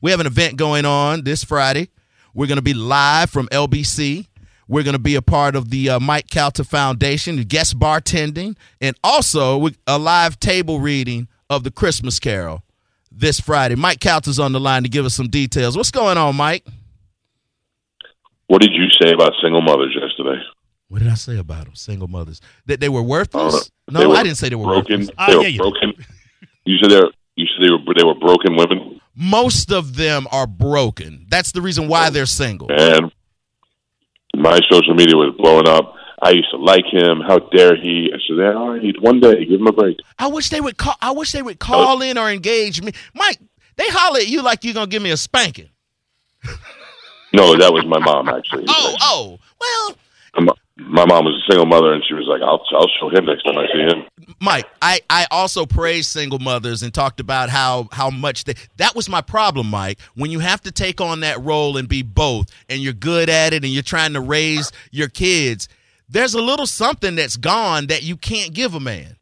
We have an event going on this Friday. We're going to be live from LBC. We're going to be a part of the uh, Mike Calta Foundation, guest bartending, and also we- a live table reading of the Christmas Carol this Friday. Mike Calta's on the line to give us some details. What's going on, Mike? What did you say about single mothers yesterday? What did I say about them? Single mothers that they were Uh, worthless. they No, were I didn't say they were broken. worthless. Ah, they yeah, were you did. broken. You said they were, you said they were they were broken women, Most of them are broken. That's the reason why they're single. and my social media was blowing up. I used to like him. How dare he? I said, "All right, one day, give him a break." I wish they would call. I wish they would call in or engage me, Mike. They holler at you like you're gonna give me a spanking. No, that was my mom actually. Oh, oh. Well, My, my mom was a single mother, and she was like, "I'll I'll show him next time I see him." Mike, I, I also praised single mothers and talked about how how much they, that was my problem, Mike. When you have to take on that role and be both, and you're good at it, and you're trying to raise your kids, there's a little something that's gone that you can't give a man.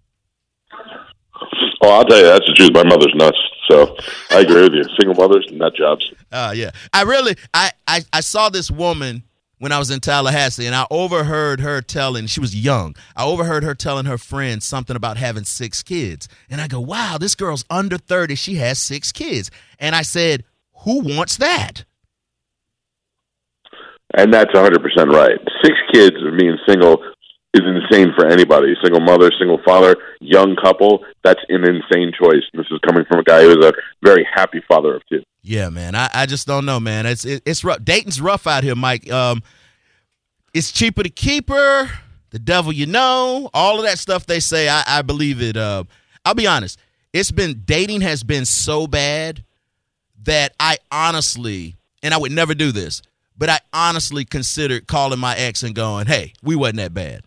Oh, I'll tell you, that's the truth. My mother's nuts. So I agree with you. Single mothers, nut jobs. Uh, yeah. I really, I, I, I saw this woman when I was in Tallahassee, and I overheard her telling. She was young. I overheard her telling her friend something about having six kids, and I go, "Wow, this girl's under thirty. She has six kids." And I said, "Who wants that?" And that's 100% right. Six kids and being single is insane for anybody. Single mother, single father, young couple, that's an insane choice. This is coming from a guy who is a very happy father of two. Yeah, man. I, I just don't know, man. It's it, it's rough. Dayton's rough out here, Mike. Um, it's cheaper to keep her. The devil, you know, all of that stuff they say. I, I believe it. Uh, I'll be honest. It's been dating has been so bad that I honestly, and I would never do this, but I honestly considered calling my ex and going, "Hey, we wasn't that bad."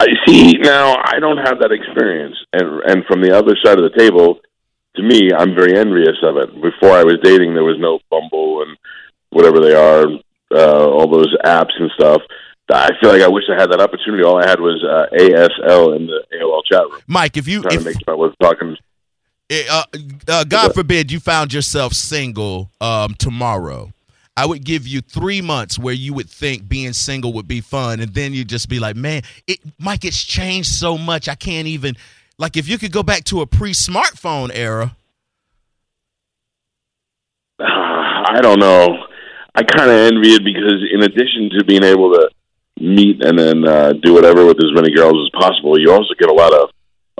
I see now I don't have that experience and and from the other side of the table to me I'm very envious of it. Before I was dating there was no Bumble and whatever they are uh all those apps and stuff. I feel like I wish I had that opportunity. All I had was uh, ASL in the AOL chat room. Mike, if you Trying if, to make sure I was talking it- uh, uh, God forbid you found yourself single um, tomorrow. I would give you three months where you would think being single would be fun, and then you'd just be like, "Man, it, Mike, it's changed so much. I can't even." Like, if you could go back to a pre-smartphone era, Uh, I don't know. I kind of envy it because, in addition to being able to meet and then uh, do whatever with as many girls as possible, you also get a lot of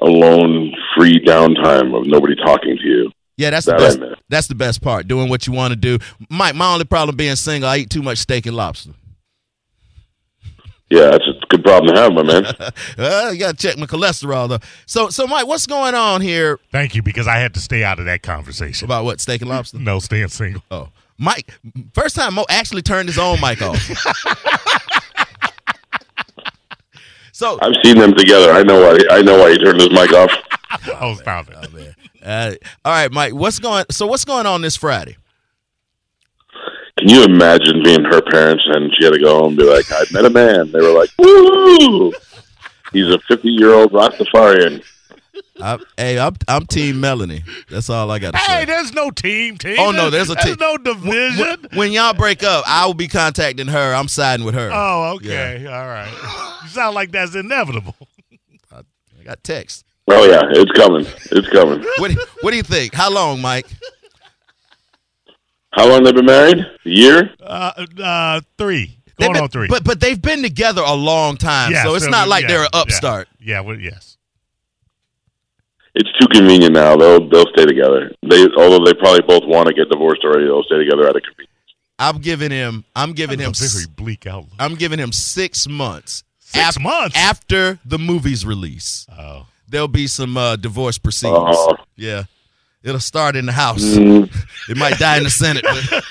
alone, free downtime of nobody talking to you. yeah, that's That the best. I miss. That's the best part, doing what you want to do. Mike, my only problem being single, I eat too much steak and lobster. Yeah, that's a good problem to have, my man. Uh, you gotta check my cholesterol though. So, so Mike, what's going on here Thank you, because I had to stay out of that conversation. about what steak and lobster? No, staying single. Oh, Mike! First time Mo actually turned his own mic off. so, I've seen them together. I know why. I know why he turned his mic off. Oh, I was found it. uh, all right, Mike. What's going? So, what's going on this Friday? Can you imagine being her parents and she had to go home and be like, "I met a man." They were like, "Woo!" He's a fifty-year-old Rastafarian. I, hey, I'm, I'm Team Melanie. That's all I got to Hey, say. there's no team. team. Oh, no, there's a team. There's no division. When y'all break up, I will be contacting her. I'm siding with her. Oh, okay. All right. You sound like that's inevitable. I got text. Oh yeah, it's coming. It's coming. What, do- what do you think? How long, Mike? How long they been married? A year? Uh, uh, three. They've Going been- on three. But but they've been together a long time, Yeah, so it's not like yeah, they're an upstart. Yeah, yeah well, yes. It's too convenient now. They'll they'll stay together. They although they probably both want to get divorced already, they'll stay together out of convenience. I'm giving him. I'm giving him. That's a s- Uh, very bleak outlook. I'm giving him six months. Six months. after the movie's release. oh. There'll be some uh, divorce proceedings. Oh, Yeah, it'll start in the House. mm. It might die in the Senate. But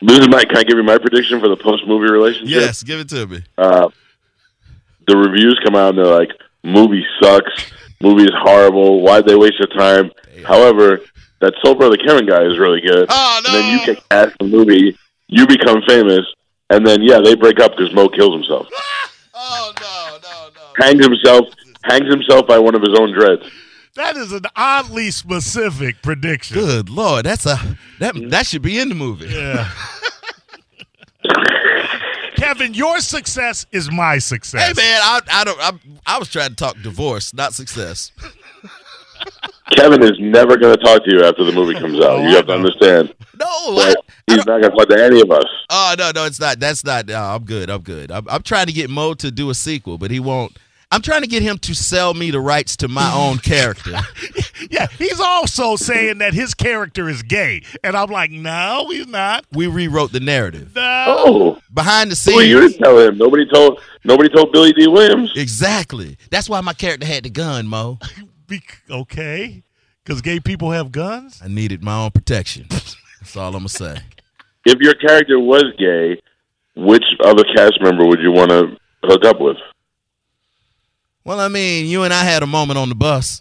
this is my. Can I give you my prediction for the post movie relationship? yes, give it to me. Uh, the reviews come out and they're like, "Movie sucks. Movie is horrible. Why'd they waste your time?" However, that Soul Brother Kevin guy is really good. Oh And then you no! get cast in the movie. You become famous, and then yeah, they break up because Mo kills himself. Oh no! No! No! hangs himself hangs himself by one of his own dreads. That is an oddly specific prediction. Good lord, that's a that that should be in the movie. Yeah. Kevin, your success is my Hey success. man, I I don't I, I was trying to talk divorce, not success. Kevin is never going to talk to you after the movie comes out. You have to understand. No, I, But he's not going to talk to any of us. oh no, no, it's not. That's not. No, I'm good. I'm good. I'm, I'm trying to get Mo to do a sequel, but he won't. I'm trying to get him to sell me the rights to my own character. Yeah, he's also saying that his character is gay, and I'm like, no, he's not. We rewrote the narrative No. Oh, behind the scenes. who are you to tell him? Nobody told. Nobody told Billy D. Williams. Exactly. That's why my character had the gun, Mo. Be- okay, because gay people have guns. I needed my own protection. That's all I'm gonna say. If your character was gay, which other cast member would you want to hook up with? Well, I mean, you and I had a moment on the bus.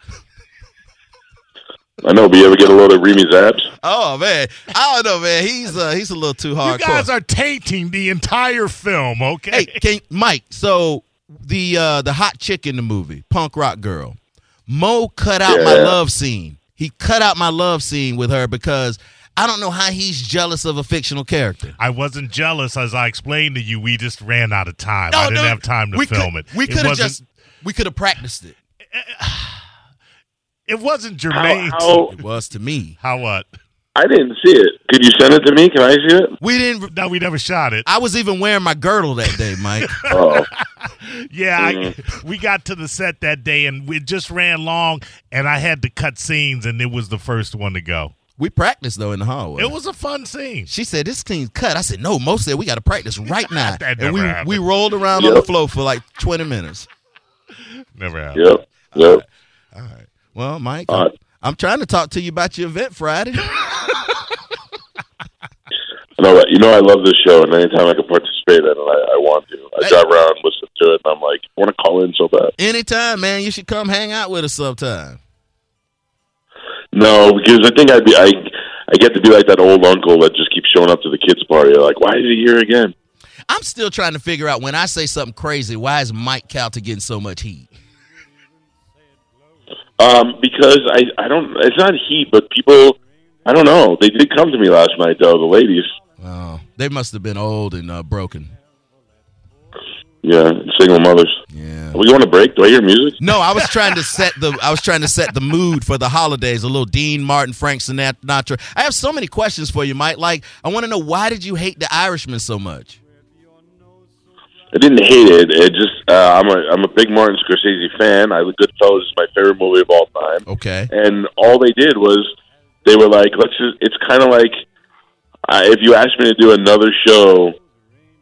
I know. But you ever get a load of Remi's abs? Oh man, I don't know, man. He's uh, he's a little too hardcore. You guys are tainting the entire film. hey, Okay, can Mike? So the uh, the hot chick in the movie, punk rock girl, Mo cut out my Yeah. love scene. He cut out my love scene with her because I don't know how he's jealous of a fictional character. I wasn't jealous, as I explained to you. We just ran out of time. I didn't dude, have time to we film could, it. We It could have wasn't- just we could have practiced it. It wasn't How, germane. how? It was to me. How what? I didn't see it. Could you send it to me? Can I see it? We didn't. No, we never shot it. I was even wearing my girdle that day, Mike. Oh, Yeah, I, Mm. we got to the set that day and we just ran long, and I had to cut scenes, and it was the first one to go. we practiced though in the hallway. It was a fun scene. She said this thing's cut. I said no. Mo said we got to practice right now, That and never we happened. we rolled around on the Yep. floor for like twenty minutes. Never happened. yep, yep. Well, Mike, All I'm, right. I'm trying to talk to you about your event Friday. No, you know I love this show, and anytime I can participate in it, I, I want to. I Hey. drive around, listen to it, and I'm like, I want to call in so bad. Anytime, man. You should come hang out with us sometime. No, because I think I'd be I. I get to be like that old uncle that just keeps showing up to the kids' party. Like, why is he here again? I'm still trying to figure out when I say something crazy, why is Mike Calter getting so much heat? Um, because I, I don't. It's not heat, but people. I don't know. They did come to me last night, though. The ladies, Oh, they must have been old and uh, broken. yeah, single mothers. Yeah. Are we going to break? Do I hear music? No, I was trying to set the I was trying to set the mood for the holidays. A little Dean Martin, Frank Sinatra. I have so many questions for you, Mike. Like, I want to know why did you hate the Irishman so much? I didn't hate it. It just uh, I'm a I'm a big Martin Scorsese fan. I Goodfellas is my favorite movie of all time. Okay. and all they did was they were like, let's just. It's kind of like uh, if you asked me to do another show,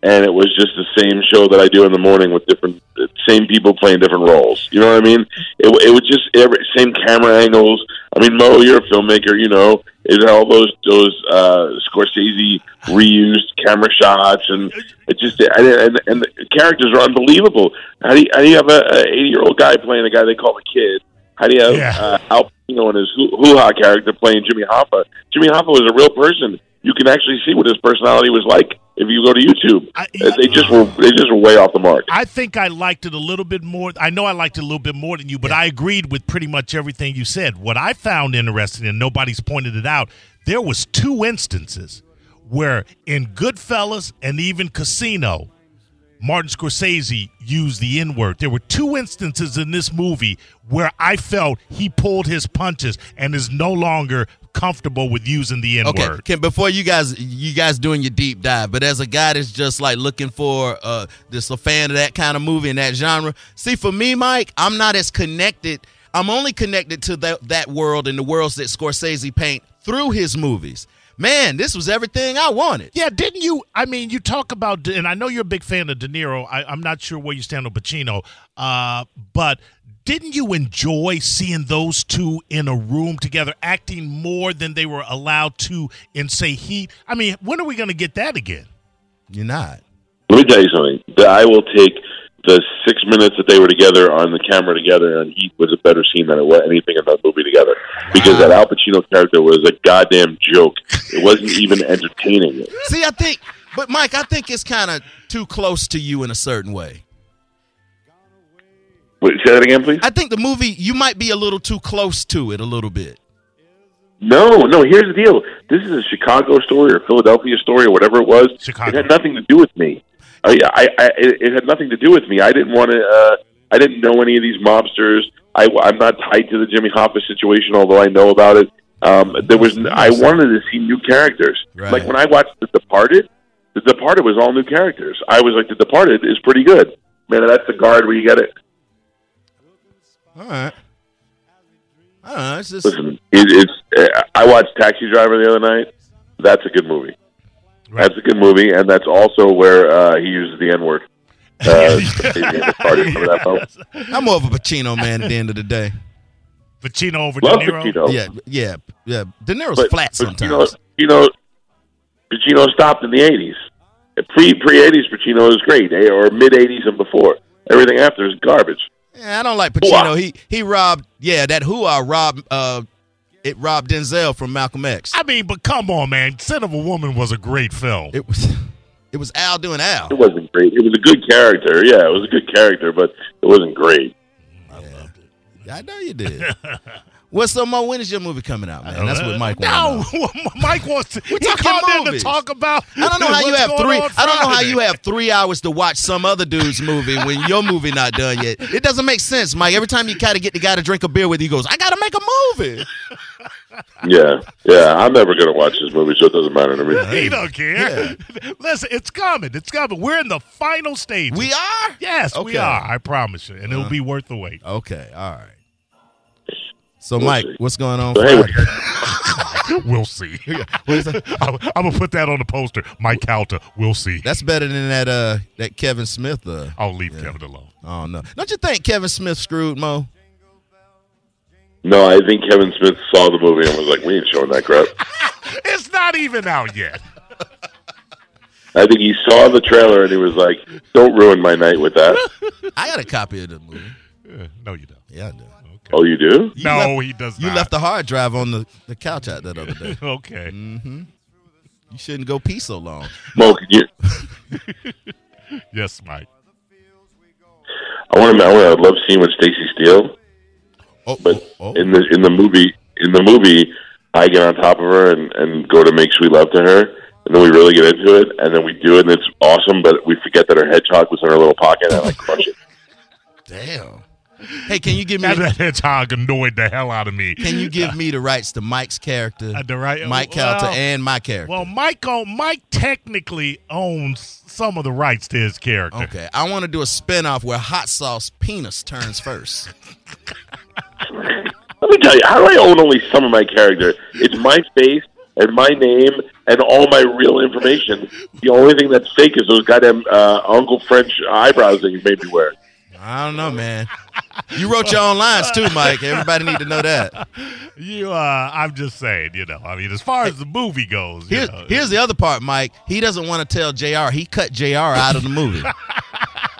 and it was just the same show that I do in the morning with different uh, same people playing different roles. You know what I mean? It, w- it was just every, same camera angles. I mean, Mo, you're a filmmaker. You know, is all those those uh, Scorsese reused camera shots, and it just I, and and the characters are unbelievable. How do you, how do you have a 80 year old guy playing a guy they call a kid? How do you have Yeah. uh, Al Pacino and his hoo- hoo-ha character playing Jimmy Hoffa? Jimmy Hoffa was a real person. You can actually see what his personality was like if you go to YouTube. I- Uh, they just were they just were way off the mark. I think I liked it a little bit more. I know I liked it a little bit more than you, but I agreed with pretty much everything you said. What I found interesting, and nobody's pointed it out, there was two instances where in Goodfellas and even Casino, Martin Scorsese used the N word. There were two instances in this movie where I felt he pulled his punches and is no longer comfortable with using the N Okay, word. can, before you guys, you guys doing your deep dive, but as a guy that's just like looking for, uh, just a fan of that kind of movie and that genre. See, for me, Mike, I'm not as connected. I'm only connected to that that world and the worlds that Scorsese paint through his movies. Man, this was everything I wanted. Yeah, didn't you? I mean, you talk about, and I know you're a big fan of De Niro. I, I'm not sure where you stand on Pacino, uh, but didn't you enjoy seeing those two in a room together, acting more than they were allowed to in, say, Heat? I mean, when are we going to get that again? You're not. Let me tell you something. That I will take the six minutes that they were together on the camera together, and Heat was a better scene than it was anything in that movie together. Because that Al Pacino character was a goddamn joke. It wasn't even entertaining. See, I think, but Mike, I think it's kind of too close to you in a certain way. Wait, say that again, please. I think the movie you might be a little too close to it a little bit. No, no. Here's the deal. This is a Chicago story or Philadelphia story or whatever it was. Chicago. It had nothing to do with me. I, I, I it, it had nothing to do with me. I didn't want to. Uh, I didn't know any of these mobsters. I, am not tied to the Jimmy Hoffa situation, although I know about it. Um, there was. n- I wanted to see new characters. Right. Like when I watched The Departed. The Departed was all new characters. I was like, The Departed is pretty good. Man, that's the guard where you get it. All right. I don't know. It's just Listen, it, it's. uh, I watched Taxi Driver the other night. That's a good movie. Right. That's a good movie, and that's also where uh, he uses the N word. Uh, in the party, remember that film? I'm more of a Pacino man at the end of the day. Pacino over Love De Niro. Pacino. Yeah, yeah, yeah. De Niro's but flat Pacino, sometimes. Pacino, Pacino stopped in the eighties. Pre pre eighties Pacino is great, eh? or mid eighties and before. Everything after is garbage. Yeah, I don't like Pacino. Whoa. He he robbed. Yeah, that who I robbed. Uh, it robbed Denzel from Malcolm X. I mean, but come on, man. Sin of a Woman was a great film. It was it was Al doing Al. It wasn't great. It was a good character. Yeah, it was a good character, but it wasn't great. I know you did. What's so Mo? When is your movie coming out, man? That's what Mike No, wants. Mike wants to. he talking called in to movies. talk about. I don't know how you what's have going three. on I don't know how Friday. you have three hours to watch some other dude's movie when your movie not done yet. It doesn't make sense, Mike. Every time you kind of get the guy to drink a beer with, you, he goes, "I got to make a movie." Yeah, yeah. I'm never gonna watch this movie, so it doesn't matter to me. He don't care. Listen, it's coming. It's coming. We're in the final stage. We are. yes, we Okay. Uh-huh. are. I promise you, and it'll be worth the wait. Okay. All right. So, Mike, see. what's going on? So, hey, Friday? We'll see. I'm, I'm gonna put that on the poster. Mike Calta. We'll see. That's better than that. Uh, that Kevin Smith. Uh, I'll leave Kevin alone. I don't know. Don't you think Kevin Smith screwed Mo? No, I think Kevin Smith saw the movie and was like, "We ain't showing that crap." It's not even out yet. I think he saw the trailer and he was like, "Don't ruin my night with that." I got a copy of the movie. Uh, No, you don't. Yeah, I do. oh, you do? You No, left- he does You not. left Mm. the hard drive on the, the couch out that other day. Okay. You shouldn't go pee so long. Mo, can you? Yes, Mike. I want to. I want to love seeing with Stacy Steele, Oh, but oh, oh. in the in the movie in the movie, I get on top of her and and go to make sweet love to her, and then we really get into it, and then we do it, and it's awesome. But we forget that her hedgehog was in her little pocket, and I crush it. damn. Hey, can you give me Now that hedgehog annoyed the hell out of me. can you give me the rights to Mike's character, Uh, the right- Mike well- Calta, and my character? Well, Mike own, Mike technically owns some of the rights to his character. okay, I want to do a spinoff where hot sauce penis turns first. Let me tell you, how do I own only some of my character? It's my face and my name and all my real information. The only thing that's fake is those goddamn uh, Uncle French eyebrows that you made me wear. I don't know, man. You wrote your own lines too, Mike. Everybody need to know that. You, uh, I'm just saying, you know. I mean, as far as the movie goes, you Here's, know, here's the other part, Mike. He doesn't want to tell Jr. He cut Jr. out of the movie,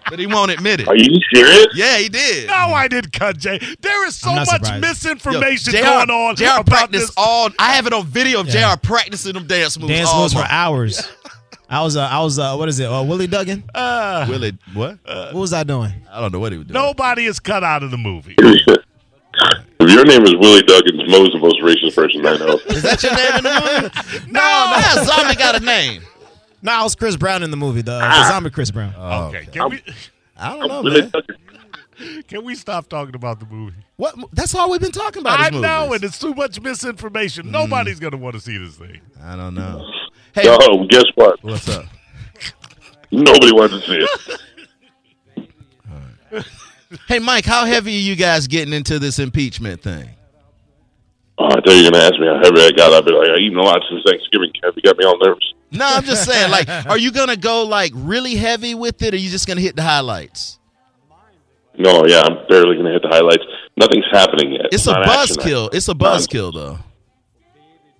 but he won't admit it. Are you serious? Yeah, he did. no, I didn't cut Jay. There is so I'm much not surprised. Yo, misinformation JR going on JR about practiced this. all. I have it on video of Yeah. JR practicing them dance moves. Dance all moves for month. hours. I was, uh, I was, uh, what is it? Uh, Willie Duggan. Uh, Willie, what? What was I doing? I don't know what he was doing. nobody is cut out of the movie. if your name is Willie Duggins, Mo's the most racist person I know. Is that your name in the movie? no, no. That zombie got a name. No, I was Chris Brown in the movie, the, the zombie Chris Brown. Oh, Okay, can we I don't know, Willie man. Duggins. can we stop talking about the movie? What? That's all we've been talking about. I is know, movies. Hmm. and it's too much misinformation. Nobody's gonna want to see this thing. I don't know. Hey, Oh, guess what? what's up? Nobody wants to see it. Hey, Mike, how heavy are you guys getting into this impeachment thing? Oh, I thought you were going to ask me how heavy I got. I've been like, I've eaten a lot since Thanksgiving, Kev. You got me all nervous. No, I'm just saying, like, are you gonna go like really heavy with it, or you just gonna hit the highlights? No, yeah, I'm barely going to hit the highlights. Nothing's happening yet. It's a not action. buzzkill. It's a buzzkill, though.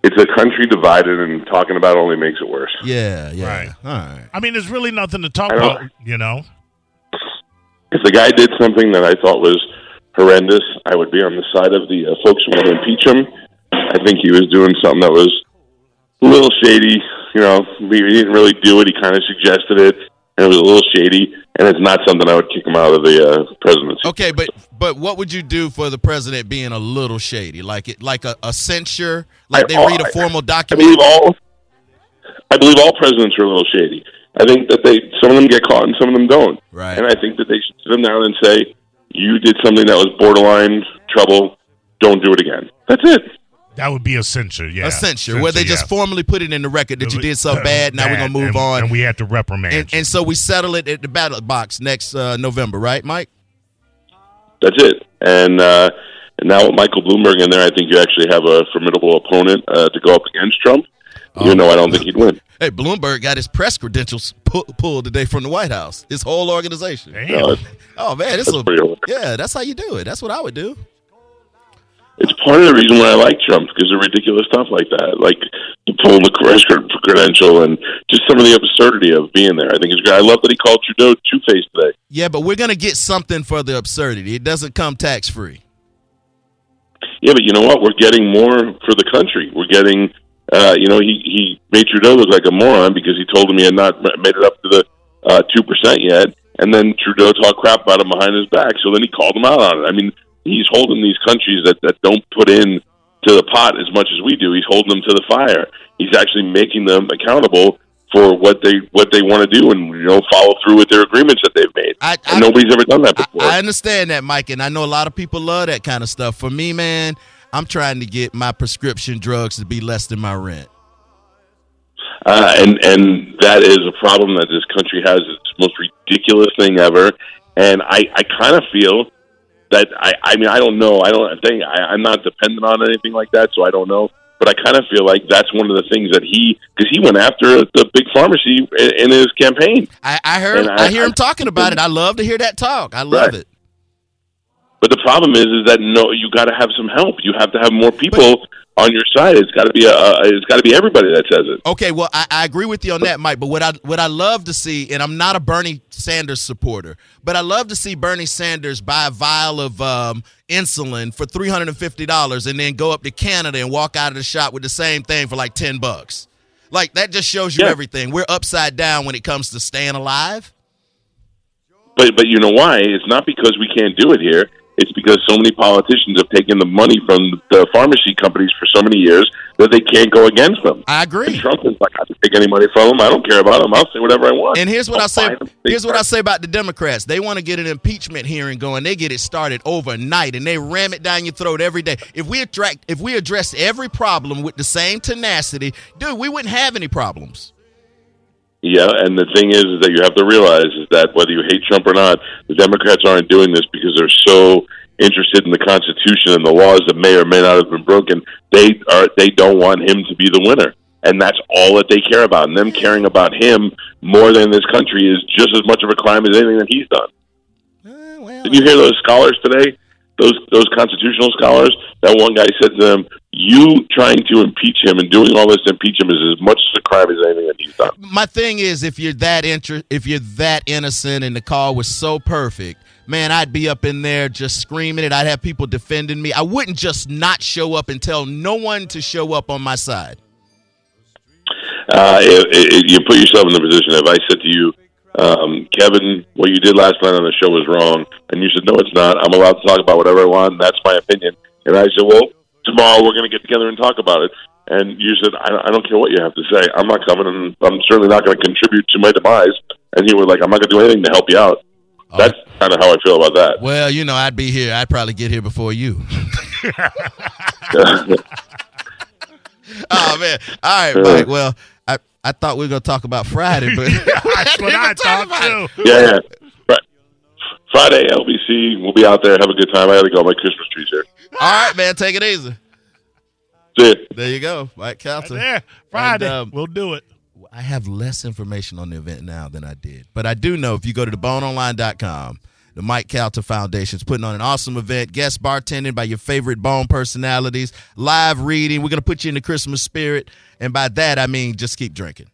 It's a country divided, and talking about it only makes it worse. Yeah, yeah. Right. All right. I mean, there's really nothing to talk I don't- about, you know. If the guy did something that I thought was horrendous, I would be on the side of the uh, folks who want to impeach him. I think he was doing something that was a little shady. You know, he didn't really do it. He kind of suggested it. and it was a little shady, and it's not something I would kick him out of the uh, presidency. Okay, but but what would you do for the president being a little shady, like it, like a, a censure, like they I- read a formal I document? believe all. I believe all presidents are a little shady. I think that they some of them get caught and some of them don't. Right. And I think that they should sit them down and say, "You did something that was borderline trouble. Don't do it again." That's it. That would be a censure, yeah. a censure, where they just yeah. formally put it in the record that you did something bad. Now we're gonna move and- on, and we have to reprimand. and, you. and so we settle it at the ballot box next uh, November, right, Mike? That's it. And uh, and now with Michael Bloomberg in there, I think you actually have a formidable opponent uh, to go up against Trump. You know, I don't think he'd win. Hey, Bloomberg got his press credentials pu- pulled today from the White House. His whole organization. Damn. No, it's, Oh man, this That's will. pretty hilarious. Yeah, that's how you do it. That's what I would do. it's part of the reason why I like Trump because of ridiculous stuff like that, like the pull the press cred- credential and just some of the absurdity of being there. I think it's great. I love that he called Trudeau two faced today. Yeah, but we're gonna get something for the absurdity. It doesn't come tax free. Yeah, but you know what? We're getting more for the country. We're getting, uh, you know, he he made Trudeau look like a moron because he told him he had not m- made it up to the uh, two percent yet, and then Trudeau talked crap about him behind his back. So then he called him out on it. I mean, he's holding these countries that that don't put in to the pot as much as we do. He's holding them to the fire. He's actually making them accountable for what they what they want to do and you know follow through with their agreements that they've made. I- I- and nobody's ever done that I, before. I understand that, Mike, and I know a lot of people love that kind of stuff. For me, man, I'm trying to get my prescription drugs to be less than my rent. Uh, and and that is a problem that this country has. It's the most ridiculous thing ever. And I, I kind of feel that I, I mean I don't know I don't I think I, I'm not dependent on anything like that, so I don't know. But I kind of feel like that's one of the things that he because he went after the big pharmacy in, in his campaign. I, I heard, And I, I- hear him talking about it. I love to hear that talk. I love Right. it. But the problem is is that no, you got to have some help. You have to have more people on your side. It's got to be a, a it's got to be everybody that says it. Okay, well, I, I agree with you on that, Mike. But what I what I love to see, and I'm not a Bernie Sanders supporter, but I love to see Bernie Sanders buy a vial of um, insulin for three hundred and fifty dollars, and then go up to Canada and walk out of the shop with the same thing for like ten bucks. Like that just shows you Yeah. everything. We're upside down when it comes to staying alive. But but you know why? It's not because we can't do it here. It's because so many politicians have taken the money from the pharmacy companies for so many years that they can't go against them. I And agree. Trump is like, I don't take any money from them. I don't care about them. I'll say whatever I want. And here's what I'll I say. fine them. Here's what I say about the Democrats. They want to get an impeachment hearing going. They get it started overnight, and they ram it down your throat every day. If we attract, if we addressed every problem with the same tenacity, dude, we wouldn't have any problems. Yeah, and the thing is, is that you have to realize is that whether you hate Trump or not, the Democrats aren't doing this because they're so interested in the Constitution and the laws that may or may not have been broken. They are they don't want him to be the winner, and that's all that they care about. And them caring about him more than this country is just as much of a crime as anything that he's done. Eh, well, Did you hear those scholars today? Those those constitutional scholars. That one guy said to them, "You trying to impeach him and doing all this to impeach him is as much a crime as anything that he's done." my thing is, if you're that inter- if you're that innocent, and the call was so perfect, man, I'd be up in there just screaming it. I'd have people defending me. I wouldn't just not show up and tell no one to show up on my side. uh, it, it, you put yourself in the position if I said to you, um, Kevin, what you did last night on the show was wrong, and you said, no, it's not. I'm allowed to talk about whatever I want. And that's my opinion. And I said, well, tomorrow we're going to get together and talk about it. And you said, I, I don't care what you have to say. I'm not coming, and I'm certainly not going to contribute to my demise. And you were like, I'm not going to do anything to help you out. That's kind of how I feel about that. Well, you know, I'd be here. I'd probably get here before you. oh man! All right, Mike. Well, I, I thought we were gonna talk about Friday, but That's what I thought too. yeah, yeah. Fri- Friday, LBC, we'll be out there. Have a good time. I got to go. My Christmas tree's here. all right, man. Take it easy. See ya. There you go, Mike Calton. Yeah, Friday. And, um, we'll do it. I have less information on the event now than I did, but I do know if you go to theboneonline.com, the Mike Calter Foundation is putting on an awesome event, guest bartending by your favorite bone personalities, live reading. We're going to put you in the Christmas spirit. And by that, I mean just keep drinking.